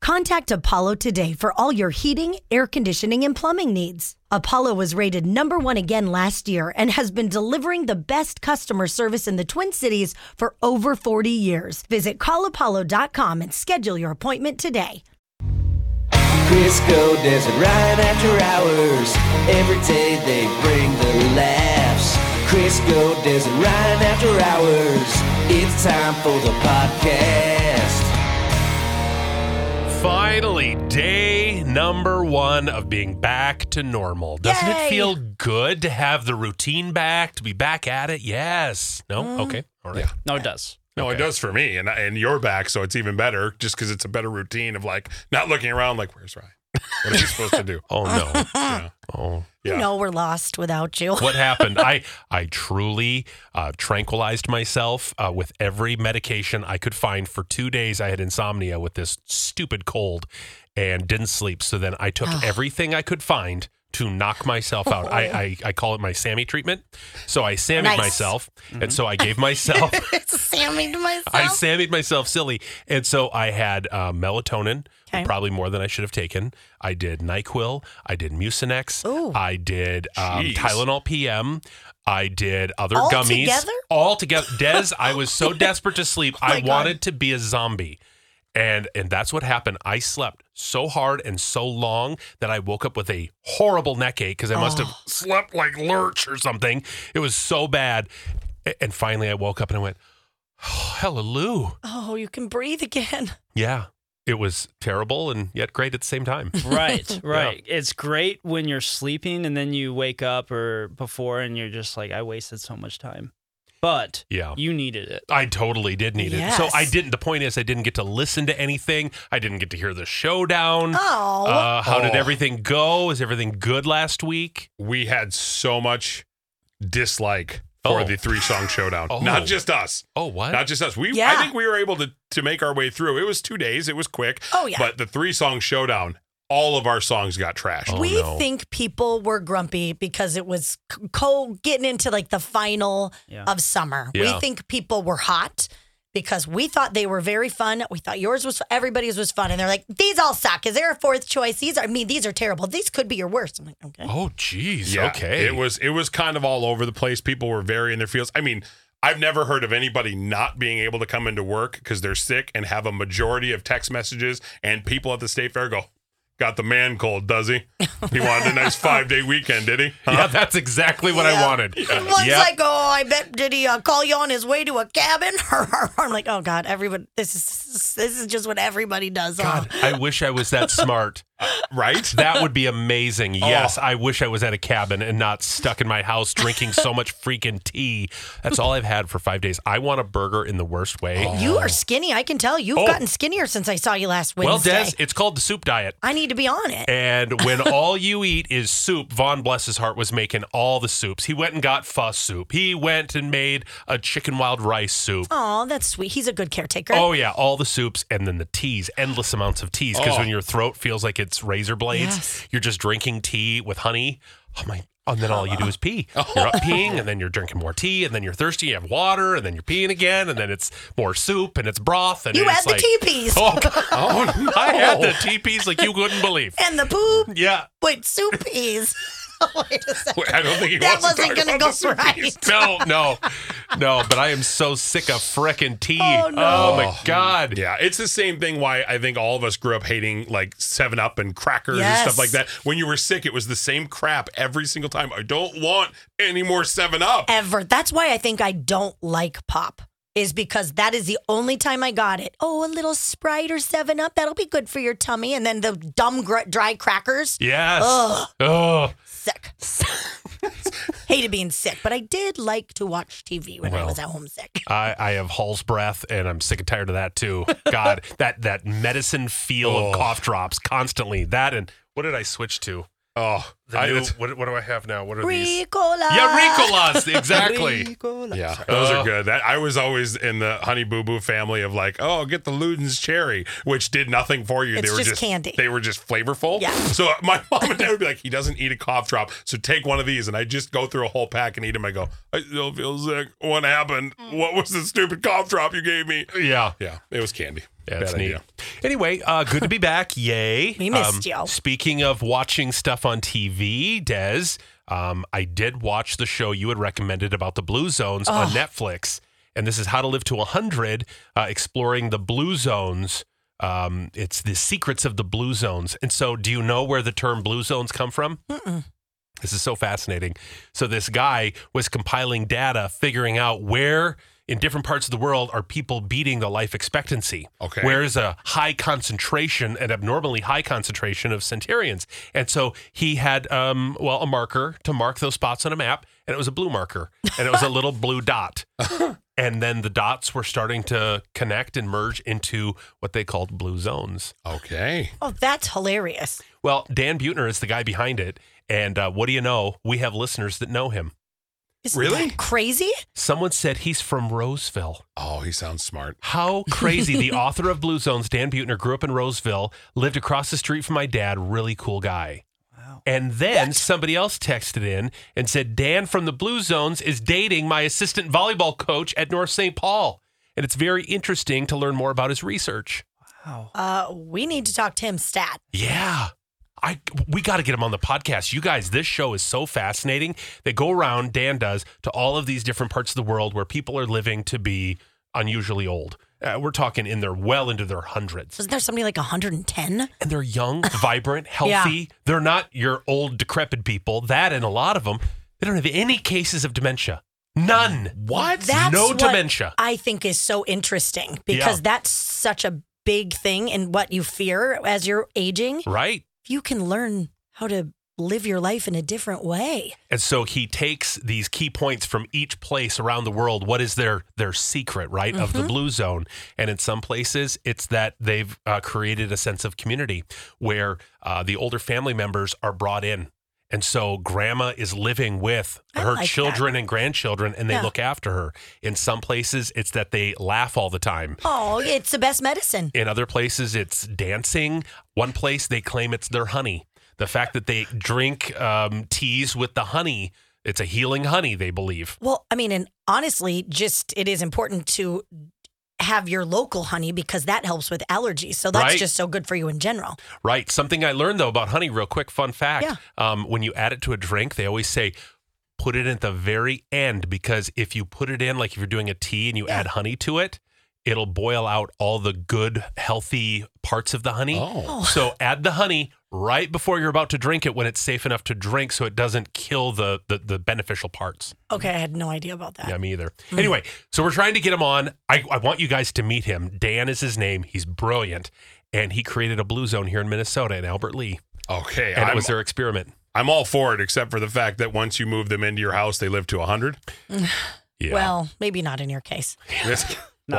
Contact Apollo today for all your heating, air conditioning, and plumbing needs. Apollo was rated number one again last year and has been delivering the best customer service in the Twin Cities for over 40 years. Visit callapollo.com and schedule your appointment today. Crisco does it right after hours. Every day they bring the laughs. Crisco does it right after hours. It's time for the podcast. Finally, day number one of being back to normal. Doesn't Yay! it feel good to have the routine back, to be back at it? Yes. No? Okay. All right. No, it does. No, it does for me, and and you're back, so it's even better, just because it's a better routine of like not looking around, like where's Ryan? What are you supposed to do? Oh, no. Yeah. Oh. You Yeah. know we're lost without you. What happened? I I truly uh, tranquilized myself uh, with every medication I could find for two days. I had insomnia with this stupid cold and didn't sleep. So then I took everything I could find to knock myself out. I, I I call it my Sammy treatment. So I Sammied Nice. myself, and so I gave myself It's Sammy to myself. I sammied myself silly, and so I had uh, melatonin, Okay. probably more than I should have taken. I did Nyquil, I did Mucinex, Ooh. I did um, Jeez. Tylenol PM, I did other All gummies, together? all together. Des, I was so desperate to sleep, I God. wanted to be a zombie. And, and that's what happened. I slept so hard and so long that I woke up with a horrible neck ache because I must Oh. have slept like lurch or something. It was so bad. A- And finally, I woke up and I went, Hallelujah. oh, you can breathe again. Yeah. It was terrible and yet great at the same time. Right, right. It's great when you're sleeping and then you wake up or before and you're just like, I wasted so much time. But Yeah. you needed it. I totally did need it. So Yes. I didn't. The point is, I didn't get to listen to anything. I didn't get to hear the showdown. Oh, Uh, how did Oh. everything go? Is everything good last week? We had so much dislike for Oh. the three song showdown. Oh. Not just us. Oh, what? Not just us. We Yeah. I think we were able to to make our way through. It was two days. It was quick. Oh, yeah. But the three song showdown, all of our songs got trashed. Oh, we no. think people were grumpy because it was c- cold getting into like the final Yeah. of summer. We Yeah. think people were hot because we thought they were very fun. We thought yours was everybody's was fun, and they're like, "These all suck." Is there a fourth choice? These are I mean, these are terrible. These could be your worst. I'm like, okay, oh, geez. Yeah, okay. It was it was kind of all over the place. People were very in their fields. I mean, I've never heard of anybody not being able to come into work because they're sick and have a majority of text messages and people at the state fair go, Got the man cold, does he? He wanted a nice five day weekend, did he? Huh? Yeah, that's exactly what I wanted. And one's Yep. like, "Oh, I bet did he uh, call you on his way to a cabin?" I'm like, "Oh God, everyone, this is this is just what everybody does." God, I wish I was that smart. Right? That would be amazing. Yes, I wish I was at a cabin and not stuck in my house drinking so much freaking tea. That's all I've had for five days. I want a burger in the worst way. You are skinny. I can tell you've Oh. gotten skinnier since I saw you last Well, Wednesday. Des, it's called the soup diet. I need to be on it. And when all you eat is soup, Von bless his heart was making all the soups. He went and got pho soup. He went and made a chicken wild rice soup. Oh, that's sweet. He's a good caretaker. Oh yeah, all the soups and then the teas, endless amounts of teas. Because Oh. when your throat feels like it's razor blades, Yes. you're just drinking tea with honey. Oh my! And then all you do is pee. Oh. You're up peeing, and then you're drinking more tea, and then you're thirsty. You have water, and then you're peeing again, and then it's more soup and it's broth. And you it's had the like, teepees Oh, oh no. I had the teepees like you couldn't believe. and the poop Yeah. with soup peas. Wait a second. Wait, I don't think he That wants to wasn't talk going to about go the soup. right. No, no, no. But I am so sick of frickin' tea. Oh, no. my god. Yeah, it's the same thing why I think all of us grew up hating like 7 Up and crackers and Yes. stuff like that. When you were sick, it was the same crap every single time. I don't want any more 7 Up. Ever. That's why I think I don't like pop. Is because that is the only time I got it. Oh, a little Sprite or Seven Up, that'll be good for your tummy. And then the dumb gr- dry crackers, Yes. Oh. sick. Hated being sick, but I did like to watch TV when I Well. was at home sick. I, I have Hall's breath, and I'm sick and tired of that too. God, that that medicine feel of Oh. cough drops constantly. That and what did I switch to? Oh, The I- new, it's- what, what do I have now? What are these? Ricola. Yeah, Ricolas. Exactly. Ricola. Yeah, those Uh. are good. That I was always in the Honey Boo Boo family of like, oh, get the Luden's cherry, which did nothing for you. It's they were just just, candy. They were just flavorful. Yeah. So my mom and dad would be like, he doesn't eat a cough drop, so take one of these. And I just go through a whole pack and eat them. I go, I still feel sick. What happened? What was the stupid cough drop you gave me? Yeah. Yeah, it was candy. Yeah, it's Bad neat. idea. Anyway, uh, good to be back. Yay. Um, We missed you. Speaking of watching stuff on TV, Des, um, I did watch the show you had recommended about the Blue Zones on Netflix. And this is How to Live to 100, uh, exploring the Blue Zones. Um, it's the secrets of the Blue Zones. And so, do you know where the term Blue Zones come from? This is so fascinating. So this guy was compiling data, figuring out where in different parts of the world are people beating the life expectancy. Okay. Where is a high concentration, an abnormally high concentration of centurions. And so he had um, well, a marker to mark those spots on a map, and it was a blue marker. And it was a little blue dot. And then the dots were starting to connect and merge into what they called blue zones. Okay. Oh, that's hilarious. Well, Dan Butner is the guy behind it. And uh, what do you know? We have listeners that know him. Isn't Really? that crazy? Someone said he's from Roseville. Oh, he sounds smart. How crazy. the author of Blue Zones, Dan Butner, grew up in Roseville, lived across the street from my dad, really cool guy. Wow. And then somebody else texted in and said, Dan from the Blue Zones is dating my assistant volleyball coach at North St. Paul. And it's very interesting to learn more about his research. Wow. Uh, we need to talk to him stat. Yeah. I we got to get him on the podcast. You guys, this show is so fascinating. They go around Dan does to all of these different parts of the world where people are living to be unusually old. Uh, we're talking in their well into their hundreds. Wasn't there somebody like 110? And they're young, vibrant, healthy. Yeah. They're not your old decrepit people. That and a lot of them, they don't have any cases of dementia. None. What? That's no what dementia. I think is so interesting because Yeah. that's such a big thing in what you fear as you're aging. Right? You can learn how to live your life in a different way. And so he takes these key points from each place around the world. What is their their secret, right, of Mm-hmm. the blue zone? And in some places, it's that they've uh, created a sense of community where uh, the older family members are brought in, and so grandma is living with I her like that. children and grandchildren, and they Yeah. look after her. In some places, it's that they laugh all the time. Oh, it's the best medicine. In other places, it's dancing. One place, they claim it's their honey. The fact that they drink um, teas with the honey, it's a healing honey, they believe. Well, I mean, and honestly, just it is important to have your local honey because that helps with allergies. So that's Right. just so good for you in general. Right. Something I learned, though, about honey, real quick, fun fact. Yeah. Um, when you add it to a drink, they always say, put it at the very end because if you put it in, like if you're doing a tea and you add honey to it, it'll boil out all the good, healthy parts of the honey. Oh. So add the honey right before you're about to drink it when it's safe enough to drink so it doesn't kill the the, the beneficial parts. Okay, I had no idea about that. Yeah, me either. Mm. Anyway, so we're trying to get him on. I, I want you guys to meet him. Dan is his name. He's brilliant. And he created a blue zone here in Minnesota in Albert Lee. Okay. And I'm, it was their experiment. I'm all for it, except for the fact that once you move them into your house, they live to 100. Yeah. Well, maybe not in your case. Well,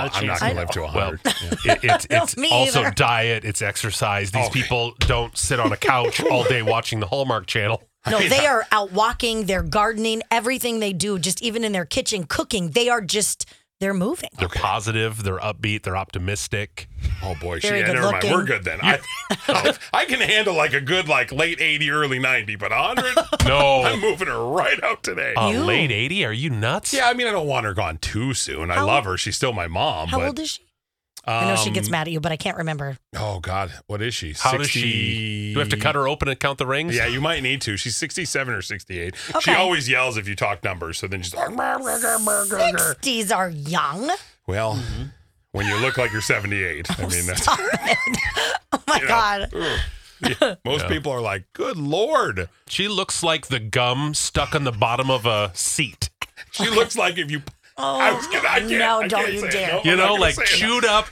Not a I'm chance. not going to live to well, 100. it, it's, it's me also either. diet, it's exercise. These Okay. people don't sit on a couch all day watching the Hallmark Channel. No, they are out walking, they're gardening, everything they do, just even in their kitchen cooking, they are just they're moving. They're positive, they're upbeat, they're optimistic. Oh boy, she, Very yeah, good never looking. mind. We're good then. I, I, can handle like a good like late eighty, early ninety, but hundred, I'm No. moving her right out today. Uh, You. late 80? Are you nuts? yeah, I mean, I don't want her gone too soon. I How- love her. She's still my mom. How but, old is she? I know she gets um, mad at you, but I can't remember. Oh God, what is she? How does she? Do we have to cut her open and count the rings? Yeah, you might need to. She's 67 or 68. Okay. She always yells if you talk numbers. So then she's like, "Brr, brr, brr, brr, brr, brr." Sixties are young. well, Mm-hmm. when you look like you're 78, I mean, that's Oh my God. Yeah. most people are like, good Lord. She looks like the gum stuck on the bottom of a seat. Oh, She looks like if you. I was gonna, I can't, Oh, no, I don't can't you say it. dare. No, You I'm not know, gonna like say it. chewed up,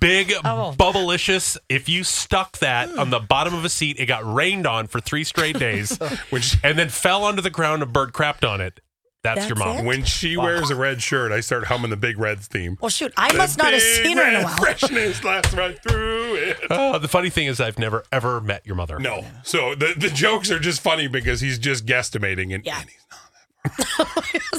big, Oh. bubblicious. If you stuck that on the bottom of a seat, it got rained on for three straight days When she- and then fell onto the ground and bird crapped on it. That's, your That's mom. it? When she wears a red shirt, I start humming the Big Reds theme. Well, shoot, I must not have Big seen her in a Red while. Freshness lasts right through it. Uh, the funny thing is, I've never ever met your mother. No. So the, the jokes are just funny because he's just guesstimating and, Yeah. and he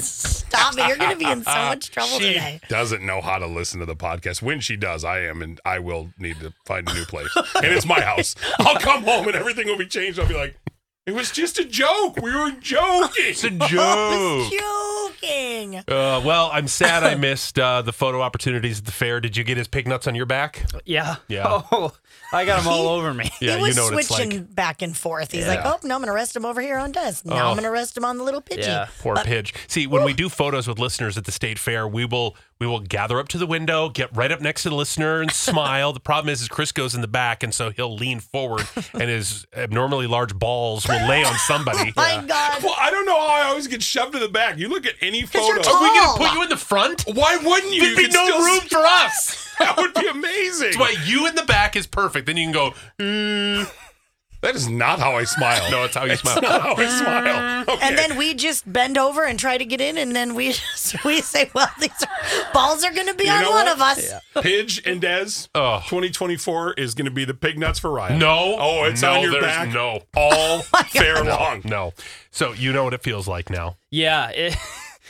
Stop it. You're going to be in so much trouble today. doesn't know how to listen to the podcast. When she does, I am and I will need to find a new place. and it's my house. I'll come home and everything will be changed. I'll be like, it was just a joke. We were It's a joking. joke. I Oh, was joking. Uh, well, I'm sad I missed uh, the photo opportunities at the fair. Did you get his pig nuts on your back? Yeah. Yeah. Oh, I got them all over me. Yeah, he was you know what it's switching like. back and forth. He's like, Yeah. Oh. oh, no, I'm going to arrest him over here on desk. Now I'm going to arrest him on the little pigeon. Yeah. Poor Uh, Pidge. See, when we do photos with listeners at the state fair, we will we will gather up to the window, get right up next to the listener, and smile. the problem is, is Chris goes in the back, and so he'll lean forward, and his abnormally large balls will lay on somebody. My God. well, I don't know how I always get shoved to the back. You look at any you're photo. tall. Are we gonna put you in the front? Why wouldn't you? There'd be You could no still- room for us. That would be amazing. That's why you in the back is perfect. Then you can go. That is not how I smile. No, it's how you smile. That's not how I smile. Okay. And then we just bend over and try to get in, and then we just, we say, "Well, these are, balls are going to be on know one what? of us." Pidge and Dez, Oh. 2024 is going to be the pig nuts for Ryan. No. Oh, it's No, on your there's back. no. Oh All fair long. No. So you know what it feels like now. Yeah.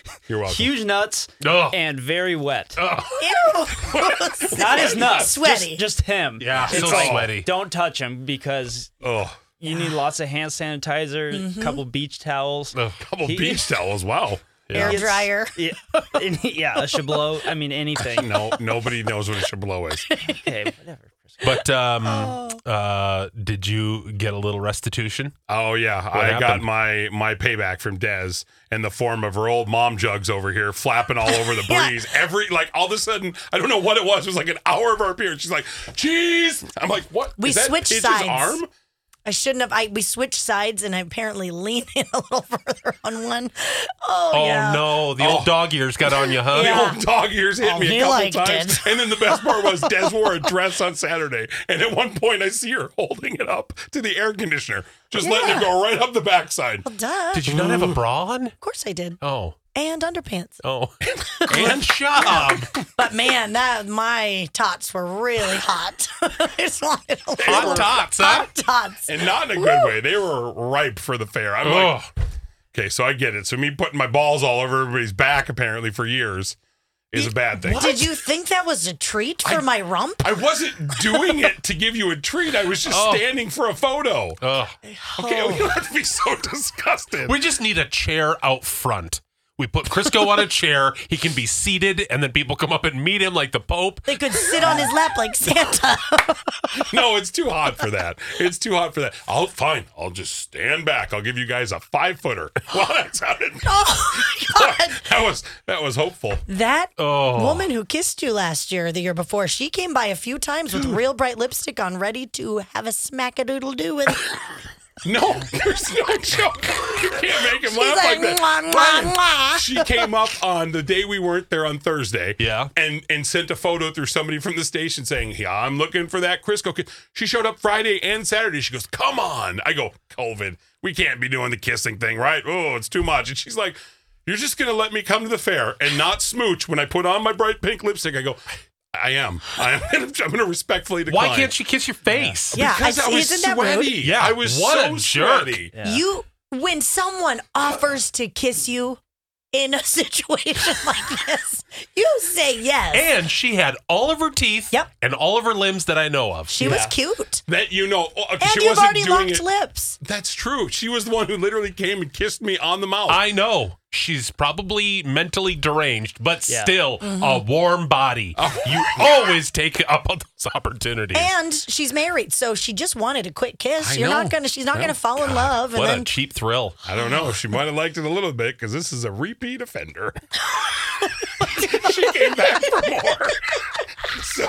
It, You're welcome. huge nuts Ugh. and very wet. Oh. Ew. Not his nuts. Sweaty. Just, just him. Yeah, It's so like, sweaty. Don't touch him because Oh, you need lots of hand sanitizer, Mm-hmm. a couple beach towels. Ugh. couple He- beach towels. Wow. Air It's- dryer. Yeah, and he- yeah, a shablot. I mean, anything. No, nobody knows what a chablis is. Okay, whatever. But um, Oh. uh, did you get a little restitution? Oh yeah, I got happened? my my payback from Dez in the form of her old mom jugs over here flapping all over the Yeah. breeze. Every like all of a sudden, I don't know what it was. It was like an hour of our appearance. She's like, "Jeez!" I'm like, "What?" We Is that switched Pidge's sides. Arm? I shouldn't have. I we switched sides, and I apparently leaned in a little further on one. Oh, Oh yeah. no, the old dog ears got on you, huh? Yeah. The old dog ears hit Oh, me he a couple liked times. it. And then the best part was Des wore a dress on Saturday. And at one point, I see her holding it up to the air conditioner, just letting it go right up the backside. Well, duh. Did you not have a bra on? of course I did, Oh, and underpants. oh, and job. But man, that my tots were really hot. I just wanted a little Hot tots, huh? hot tots. And not in a good way. They were ripe for the fair. I'm like, Ugh. okay, so I get it. So me putting my balls all over everybody's back, apparently, for years is a bad thing. Did you think that was a treat for my rump? I wasn't doing it to give you a treat. I was just Oh. standing for a photo. Oh. Ugh. Okay, we don't have to be so disgusted. We just need a chair out front. We put Crisco on a chair. He can be seated, and then people come up and meet him like the Pope. They could sit on his lap like Santa. no, it's too hot for that. It's too hot for that. I'll fine. I'll just stand back. I'll give you guys a five footer. Well, that sounded. Oh my god. That was that was hopeful. That Oh. woman who kissed you last year, or the year before, she came by a few times with real bright lipstick on, ready to have a smack a doodle do with. No, there's no joke. You can't make him She's laugh like, like, mwah, that. mwah, mwah. She came up on the day we weren't there on Thursday. Yeah. And and sent a photo through somebody from the station saying, Yeah, I'm looking for that Crisco. kid." She showed up Friday and Saturday. She goes, Come on. I go, COVID, we can't be doing the kissing thing, right? Oh, it's too much. And she's like, You're just gonna let me come to the fair and not smooch when I put on my bright pink lipstick. I go, I am. I am gonna, I'm gonna respectfully decline. Why can't she kiss your face? Yeah, Because I I, see. was Isn't that rude? sweaty. Yeah, I was what so a jerk. sweaty. Yeah. You, when someone offers to kiss you in a situation like this, you say yes. And she had all of her teeth Yep. and all of her limbs that I know of. she was cute. That you know, oh, okay, And she you've wasn't already doing locked it. lips. That's true. She was the one who literally came and kissed me on the mouth. I know she's probably mentally deranged, but Yeah. still a warm body. You always take up on those opportunities. And she's married, so she just wanted a quick kiss. I You're know. not gonna. She's not gonna fall in love. And what a then cheap thrill. I don't know. She might have liked it a little bit because this is a repeat offender. she came back for more. So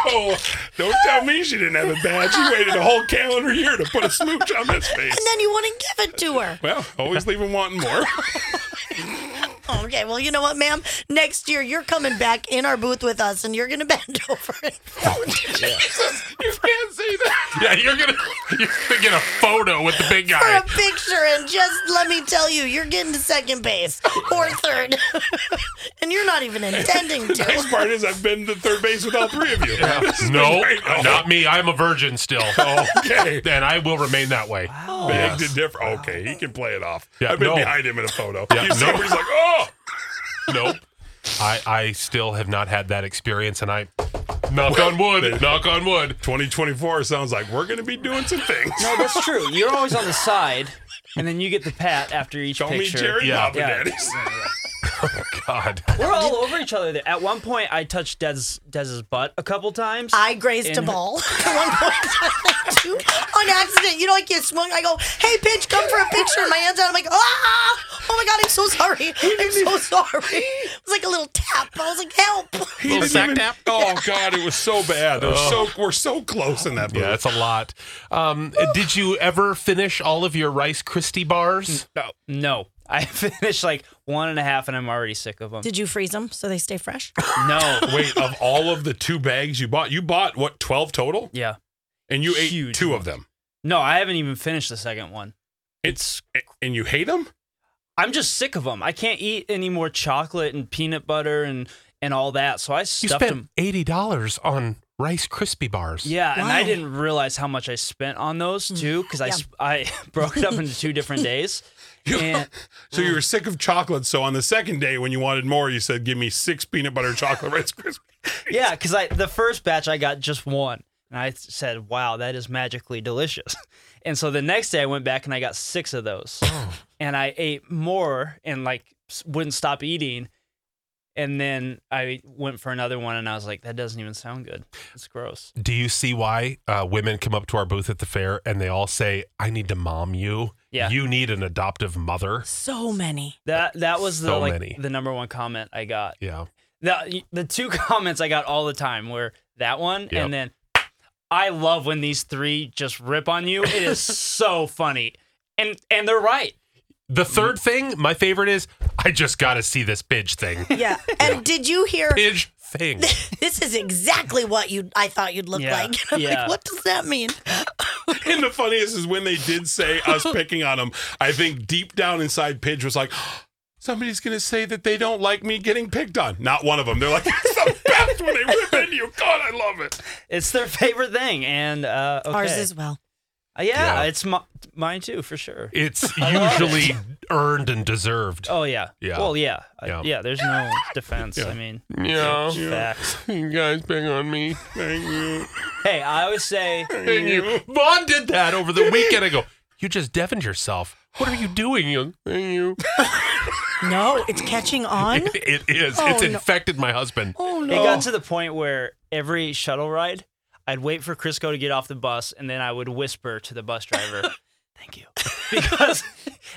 don't tell me she didn't have it bad. She waited a whole calendar year to put a smooch on this and face. then you want to give it to her. Well, always leave him wanting more. Okay, well, you know what, ma'am? Next year, you're coming back in our booth with us, and you're going to bend over. And you can't say that. Yeah, you're gonna you're gonna get a photo with the big for guy. a picture, and just let me tell you, you're getting to second base or third, and you're not even intending Best to. part is I've been to third base with all three of you. This has been No, great. Oh, not me. I'm a virgin still. Okay. and I will remain that way. Big to differ. Okay, he can play it off. Yeah, I've been no. behind him in a photo. Yeah, you see no. where he's like, oh, Nope. I, I still have not had that experience, and I knock on wood, knock on wood. 2024 sounds like we're going to be doing some things. No, that's true. You're always on the side, and then you get the pat after each Don't meet picture. Jared Yeah. Mom Yeah. and Daddy's. God, We're all over each other. There. At one point, I touched Dez Dez's butt a couple times. I grazed In a her- ball at one point. too, on accident. You know, I get swung. I go, hey, Pitch, come for a picture. And my hand's out. I'm like, ah! Oh my God, I'm so sorry. I'm so sorry. It was like a little tap. I was like, help. He didn't sack even- tap? Oh. Oh God, it was so bad. We're so we're so close in that booth. yeah, that's a lot. Um, did you ever finish all of your Rice Krispie bars? no, no. I finished like one and a half, and I'm already sick of them. Did you freeze them so they stay fresh? no. Wait, of all of the two bags you bought, you bought what twelve total, Yeah. and you ate Huge two of them, No, I haven't even finished the second one. It's- and you hate them. I'm just sick of them. I can't eat any more chocolate and peanut butter and and all that. So I You stuffed spent them. eighty dollars on Rice Krispie bars. Yeah, and I Wow. Mm. didn't realize how much I spent on those too because I Yeah. sp- I broke it up into two different days. And- so you were sick of chocolate. So on the second day, when you wanted more, you said, "Give me six peanut butter chocolate Rice Krispies." Yeah, because I the first batch I got just one, and I said, "Wow, that is magically delicious." And so the next day I went back and I got six of those, and I ate more and like s- wouldn't stop eating. And then I went for another one, and I was like, "That doesn't even sound good. It's gross." Do you see why uh, women come up to our booth at the fair and they all say, "I need to mom you. Yeah. You need an adoptive mother." So many. That that was the So like many. the number one comment I got. Yeah. The the two comments I got all the time were that one Yep. and then I love when these three just rip on you. It is so funny. And and they're right. The third thing, my favorite is, I just got to see this bitch thing. Yeah. And did you hear? Bitch thing. This is exactly what you I thought you'd look Yeah, like. I'm yeah. like, what does that mean? And the funniest is when they did say us picking on them. I think deep down inside, Pidge was like, "Oh, "Somebody's gonna say that they don't like me getting picked on." Not one of them. They're like, "It's the best when they rip into you." God, I love it. It's their favorite thing. And uh okay. Ours as well. Uh, yeah, Yeah. it's mi- mine too for sure. It's love it. usually earned and deserved. Oh yeah. Yeah. Well yeah. Uh, Yeah. yeah. there's no defense. I mean Yeah. it's facts. You guys bang on me. Thank you. Hey, I always say Thank you. Vaughn did Oh, that over the weekend. I go, you just deafened yourself. What are you doing? He goes, Thank you. No, it's catching on. It is. Oh, it's no. infected my husband. Oh It no. got to the point where every shuttle ride, I'd wait for Crisco to get off the bus, and then I would whisper to the bus driver, "Thank you," because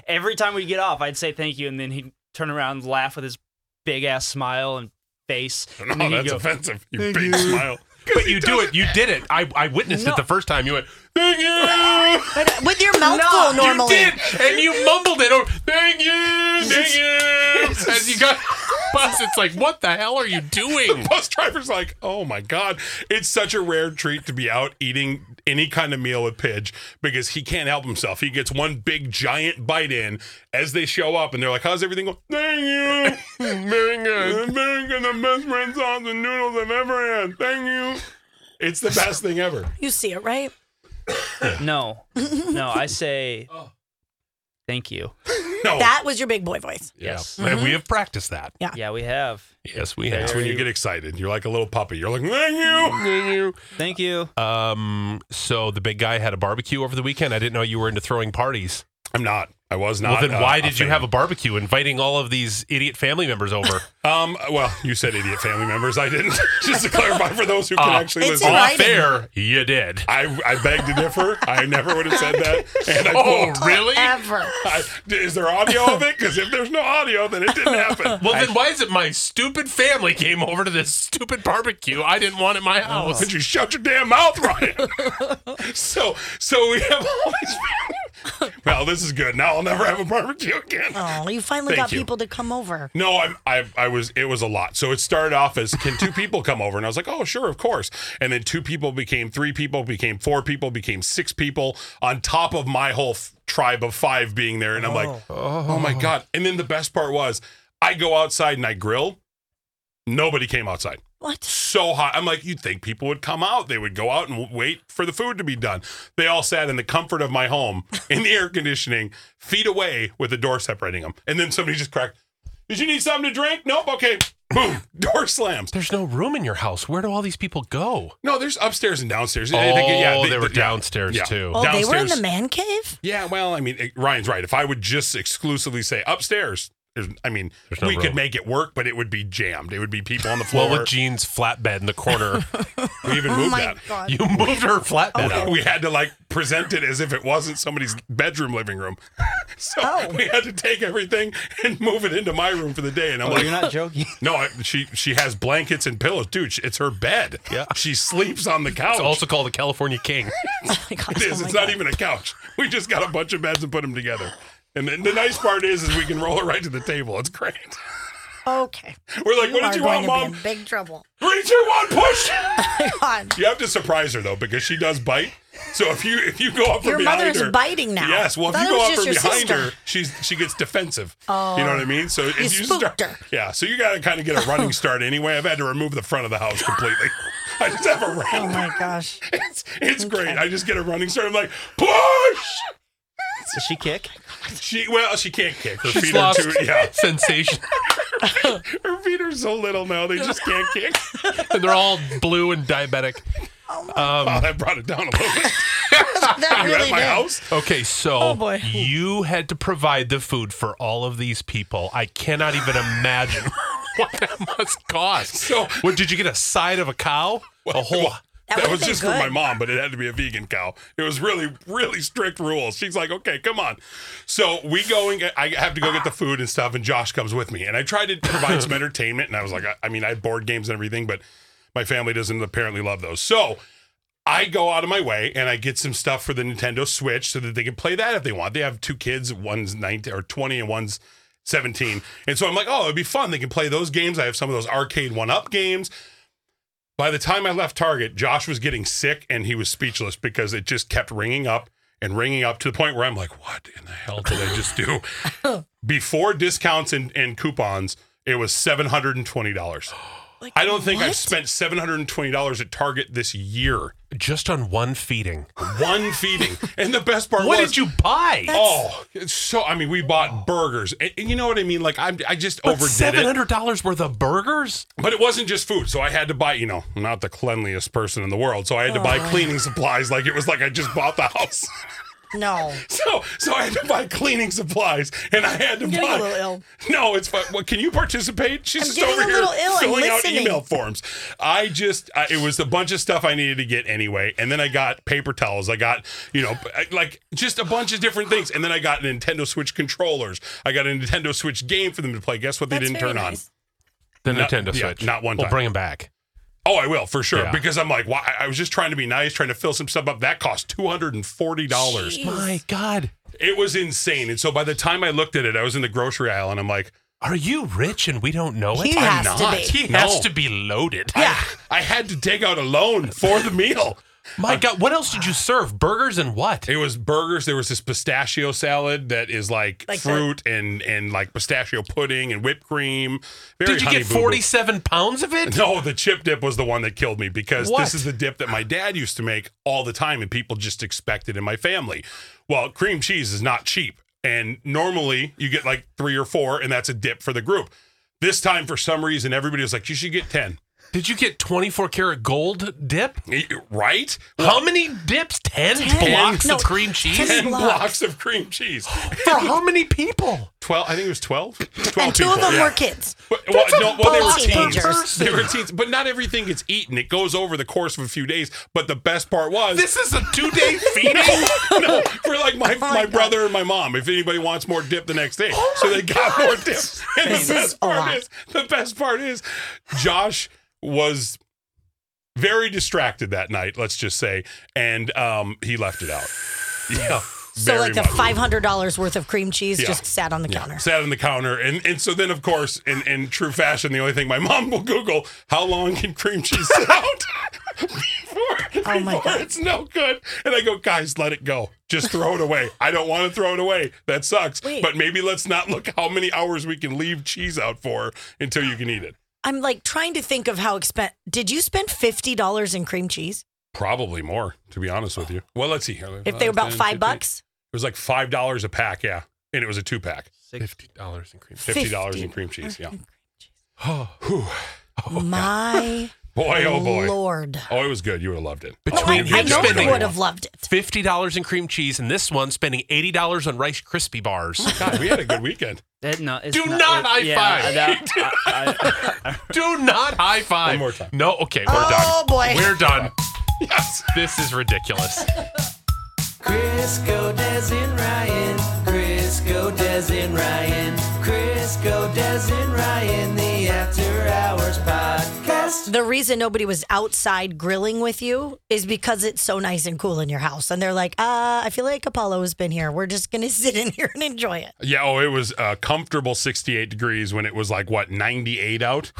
every time we get off, I'd say thank you, and then he'd turn around, and laugh with his big ass smile and face, and No, then he'd Oh, that's go, offensive. You big smile. But you do it. You did it. I, I witnessed it the first time. You went, thank you. With your mouth No, full you normally. You did, and you mumbled it over. Thank you, thank you. As you got bus, it's like, what the hell are you doing? Bus driver's like, oh my God. It's such a rare treat to be out eating any kind of meal with Pidge because he can't help himself. He gets one big giant bite in as they show up and they're like, how's everything going? Thank you. Very good. Very good. The best red sauce and noodles I've ever had. Thank you. It's the best thing ever. You see it, right? "No, no," I say, "Thank you." No. That was your big boy voice. Yes. Yeah. And we have practiced that. Yeah, we have. Yes, we That's when you get excited. You're like a little puppy. You're like, thank you. Thank you. Thank you. Um, so the big guy had a barbecue over the weekend. I didn't know you were into throwing parties. I'm not. I was not. Well, then uh, why did you fan. have a barbecue inviting all of these idiot family members over? Um, well, you said idiot family members. I didn't. Just to clarify for those who can Uh, actually It's listen. in Off writing. air, you did. I, I beg to differ. I never would have said that. And I Oh, quote, really? Ever. I, is there audio of it? Because if there's no audio, then it didn't happen. Well, then why is it my stupid family came over to this stupid barbecue I didn't want at my house? Oh, Could you shut your damn mouth, Ryan? so, so we have all these. well, this is good. Now I'll never have a barbecue again. Oh, you finally Thank got you. people to come over. No, I'm, I, I was, it was a lot. So it started off as can two people come over? And I was like, oh, sure, of course. And then two people became three people, became four people, became six people on top of my whole f- tribe of five being there. And I'm like, oh my God. And then the best part was I go outside and I grill. Nobody came outside What? so hot. I'm like, you'd think people would come out. They would go out and w- wait for the food to be done. They all sat in the comfort of my home in the air conditioning, feet away with the door separating them. And then somebody just cracked, Did you need something to drink? Nope. Okay. Boom. Door slams. There's no room in your house. Where do all these people go? No, there's upstairs and downstairs. Oh, I think- they were downstairs, too. Oh, they were in the Downstairs. man cave? Yeah, well, I mean, it- Ryan's right. If I would just exclusively say upstairs, there's, I mean, There's no we could room. make it work, but it would be jammed. It would be people on the floor. Well, with Jean's flatbed in the corner, we even Oh moved my that. god. you moved her flatbed out. we had to like present it as if it wasn't somebody's bedroom living room. so Oh. we had to take everything and move it into my room for the day. And I'm Oh, you're like, not joking. no, I, she she has blankets and pillows, dude. sh- It's her bed. Yeah. she sleeps on the couch. It's also called the California King. oh my god. it is. oh my it's not God. even a couch. We just got a bunch of beds and put them together. And then the nice part is, is we can roll it right to the table. It's great. Okay. We're like, You what are did you going want, to mom? be in big trouble. Three, two, one, push. God. You have to surprise her though, because she does bite. So if you if you go up from Your behind mother's her, biting now. Yes, well if Thought you it go was up just from your behind sister. her, she's she gets defensive. Oh, you know what I mean? So if you, spooked start, her. yeah, so you got to kind of get a running start anyway. I've had to remove the front of the house completely. I just have a Oh ramp. my gosh. It's, it's great. I just get a running start. I'm like push. Does she kick? She well she can't kick. Her She's feet are lost too yeah. sensation, Her feet are so little now they just can't kick. and they're all blue and diabetic. wow, that brought it down a little bit. That You really at my did. house? Okay, so Oh, boy. you had to provide the food for all of these people. I cannot even imagine what that must cost. So- what did you get? A side of a cow? a whole. Well, That would've That, was been just good. for my mom, but it had to be a vegan cow. It was really, really strict rules. She's like, okay, come on. So we going, I have to go get the food and stuff, and Josh comes with me. And I tried to provide some entertainment, and I was like, I, I mean, I had board games and everything, but my family doesn't apparently love those. So I go out of my way and I get some stuff for the Nintendo Switch so that they can play that if they want. They have two kids, one's 19 or 20 and one's 17. And so I'm like, oh, it'd be fun. They can play those games. I have some of those arcade one up games. By the time I left Target, Josh was getting sick and he was speechless because it just kept ringing up and ringing up to the point where I'm like, what in the hell did I just do? Before discounts and, and coupons, it was $720. Like, I don't think what? I've spent $720 at Target this year Just on one feeding. one feeding. And the best part What was did you buy? Oh, it's so I mean, we bought burgers, and, and you know what I mean. Like I'm, I just overdid Seven it. hundred dollars worth of burgers. But it wasn't just food, so I had to buy. You know, I'm not the cleanliest person in the world, so I had to Oh. buy cleaning supplies. Like it was like I just bought the house. No. So, so I had to buy cleaning supplies, and I had to getting buy. a little ill. No, it's fine. What, can you participate? She's I'm just getting over a here little ill. I'm filling out listening. email forms. I just, I, it was a bunch of stuff I needed to get anyway, and then I got paper towels. I got, you know, I- like just a bunch of different things, and then I got Nintendo Switch controllers. I got a Nintendo Switch game for them to play. Guess what? They That's didn't very turn on. nice. The Not- Nintendo yeah, Switch. not one We'll time. bring them back. Oh, I will for sure Yeah. because I'm like, why? I- I was just trying to be nice, trying to fill some stuff up. That cost two hundred and forty dollars. My God, It was insane. And so by the time I looked at it, I was in the grocery aisle, and I'm like. are you rich and we don't know it? He has not. to be. He No. has to be loaded. Yeah. I had to take out a loan for the meal. My God, what else did you serve? Burgers and what? It was burgers. There was this pistachio salad that is like, Like the- fruit and and like pistachio pudding and whipped cream. Very Did you honey get boo boo. forty-seven pounds of it? No, the chip dip was the one that killed me because What? this is the dip that my dad used to make all the time, and people just expect it in my family. Well, cream cheese is not cheap, and normally you get like three or four, and that's a dip for the group. This time, for some reason, everybody was like, "You should get ten, Did you get twenty-four karat gold dip? right?" How many dips? Ten, Ten. blocks No, of cream cheese? ten- Ten Block. blocks of cream cheese. For how many people? 12 i think it was 12 12 And two people, of them yeah. were kids. But- well, That's a no, well, they block per were teens. person. They were teens, but not everything gets eaten. It goes over the course of a few days. But the best part was This is a two-day feeding. no, for like my, Oh my my God. Oh brother and my mom. If anybody wants more dip the next day, so they got more dip. And This the is best a part lot. is the best part is Josh was very distracted that night. Let's just say, and um, he left it out. Yeah. So Very like the much. five hundred dollars worth of cream cheese Yeah. just sat on the Yeah, counter. Sat on the counter. And and so then, of course, in, in true fashion, the only thing my mom will Google, how long can cream cheese sit out before, Oh, my before God. it's no good? And I go, guys, let it go. Just throw it away. I don't want to throw it away. That sucks. Wait. But maybe let's not look how many hours we can leave cheese out for until you can eat it. I'm like trying to think of how expen. Did you spend fifty dollars in cream cheese? Probably more, to be honest with you. Well, let's see. here. If they were about 10, five 15. bucks, It was like five dollars a pack, yeah. And it was a two pack. Fifty dollars in cream. Fifty dollars in Fifty. cream cheese, yeah. Oh, Whew. my Boy, oh boy. lord! Oh, it was good. You would have loved it. No, Oh, I, Between I you know spending- I would have loved it. fifty dollars in cream cheese, and this one spending eighty dollars on Rice Krispie bars. God, we had a good weekend. That- no, it's Do not it- high yeah, five. that- I- I- Do not high five. One more time. No, okay, we're Oh, done. boy. We're done. Yes. This is ridiculous. Crisco Des and Ryan. Crisco Des and Ryan. Crisco Des and Ryan. The After Hours Podcast. The reason nobody was outside grilling with you is because it's so nice and cool in your house, and they're like, uh, I feel like Apollo has been here. We're just gonna sit in here and enjoy it. Yeah. Oh, it was a comfortable 68 degrees when it was like, what, 98 out?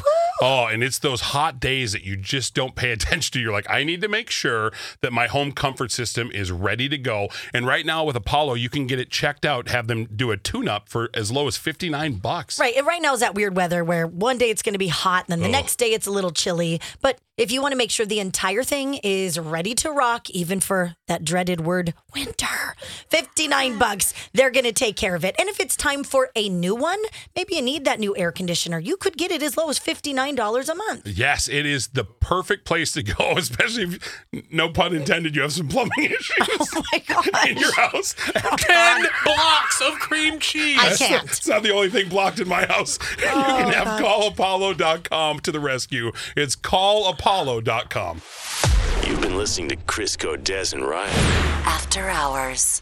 Oh, and it's those hot days that you just don't pay attention to. You're like, I need to make sure that my home comfort system is ready to go. And right now with Apollo, you can get it checked out, have them do a tune up for as low as 59 bucks. Right. And right now is that weird weather where one day it's going to be hot and then the next day it's a little chilly. But if you want to make sure the entire thing is ready to rock, even for that dreaded word winter, 59 bucks, they're going to take care of it. And if it's time for a new one, maybe you need that new air conditioner. You could get it as low as $59 a month. Yes, it is the perfect place to go, especially if, no pun intended, you have some plumbing issues Oh My gosh. in your house. Ten blocks of cream cheese. I That's can't. Oh, not- It's not the only thing blocked in my house. you can have callapollo.com to the rescue. It's callapollo.com. You've been listening to Crisco, Des, and Ryan. After Hours.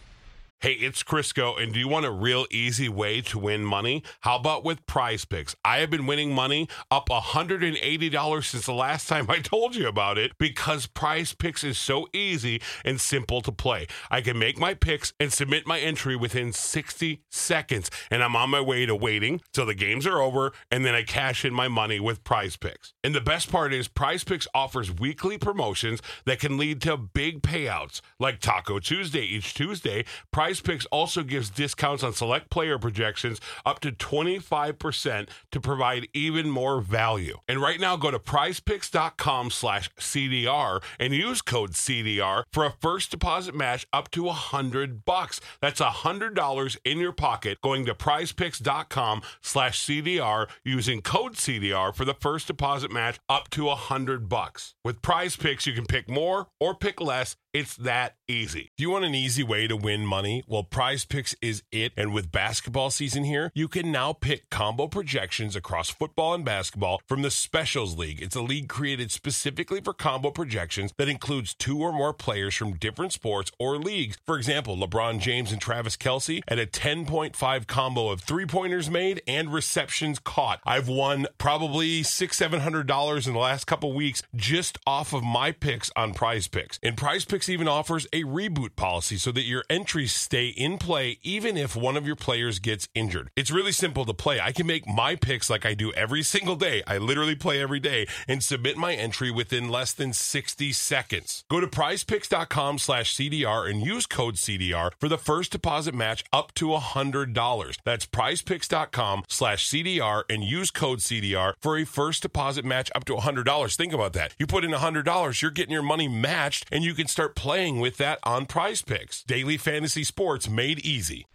Hey, it's Crisco, and do you want a real easy way to win money? How about with prize picks? I have been winning money up $180 since the last time I told you about it because prize picks is so easy and simple to play. I can make my picks and submit my entry within 60 seconds, and I'm on my way to waiting till the games are over, and then I cash in my money with prize picks. And the best part is, prize picks offers weekly promotions that can lead to big payouts like Taco Tuesday each Tuesday. Prize Picks also gives discounts on select player projections up to 25% to provide even more value. And right now go to prizepicks.com slash CDR and use code CDR for a first deposit match up to a hundred bucks. That's a hundred dollars in your pocket going to prizepicks.com slash CDR using code CDR for the first deposit match up to a hundred bucks. With prize picks, you can pick more or pick less. It's that easy. Do you want an easy way to win money? Well, Prize Picks is it. And with basketball season here, you can now pick combo projections across football and basketball from the Specials League. It's a league created specifically for combo projections that includes two or more players from different sports or leagues. For example, LeBron James and Travis Kelsey at a 10.5 combo of three pointers made and receptions caught. I've won probably six, seven hundred dollars in the last couple weeks just off of my picks on prize picks. And prize picks even offers a reboot policy so that your entries stay in play even if one of your players gets injured. It's really simple to play. I can make my picks like I do every single day. I literally play every day and submit my entry within less than 60 seconds. Go to prizepicks.com slash CDR and use code CDR for the first deposit match up to $100. That's prizepicks.com slash CDR and use code CDR for a first deposit match up to $100. Think about that. You put in $100, you're getting your money matched and you can start playing with that on prize picks. Daily fantasy sports made easy.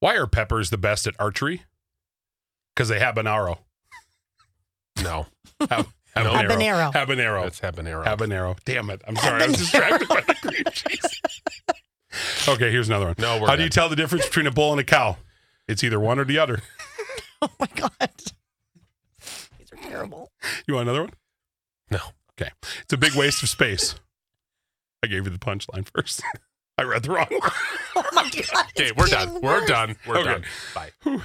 Why are peppers the best at archery? Because they habanero. No, Hab- Habanero. Habanero. that's habanero. Habanero. Damn it. I'm sorry. I'm distracted by the cream cheese. Okay, here's another one. No, we're How do you good. tell the difference between a bull and a cow? It's either one or the other. Oh my God. These are terrible. You want another one? No. Okay. It's a big waste of space. I gave you the punchline first. I read the wrong one. Oh my God. Okay, it's we're getting done. We're worse. done. We're Okay. done. Bye.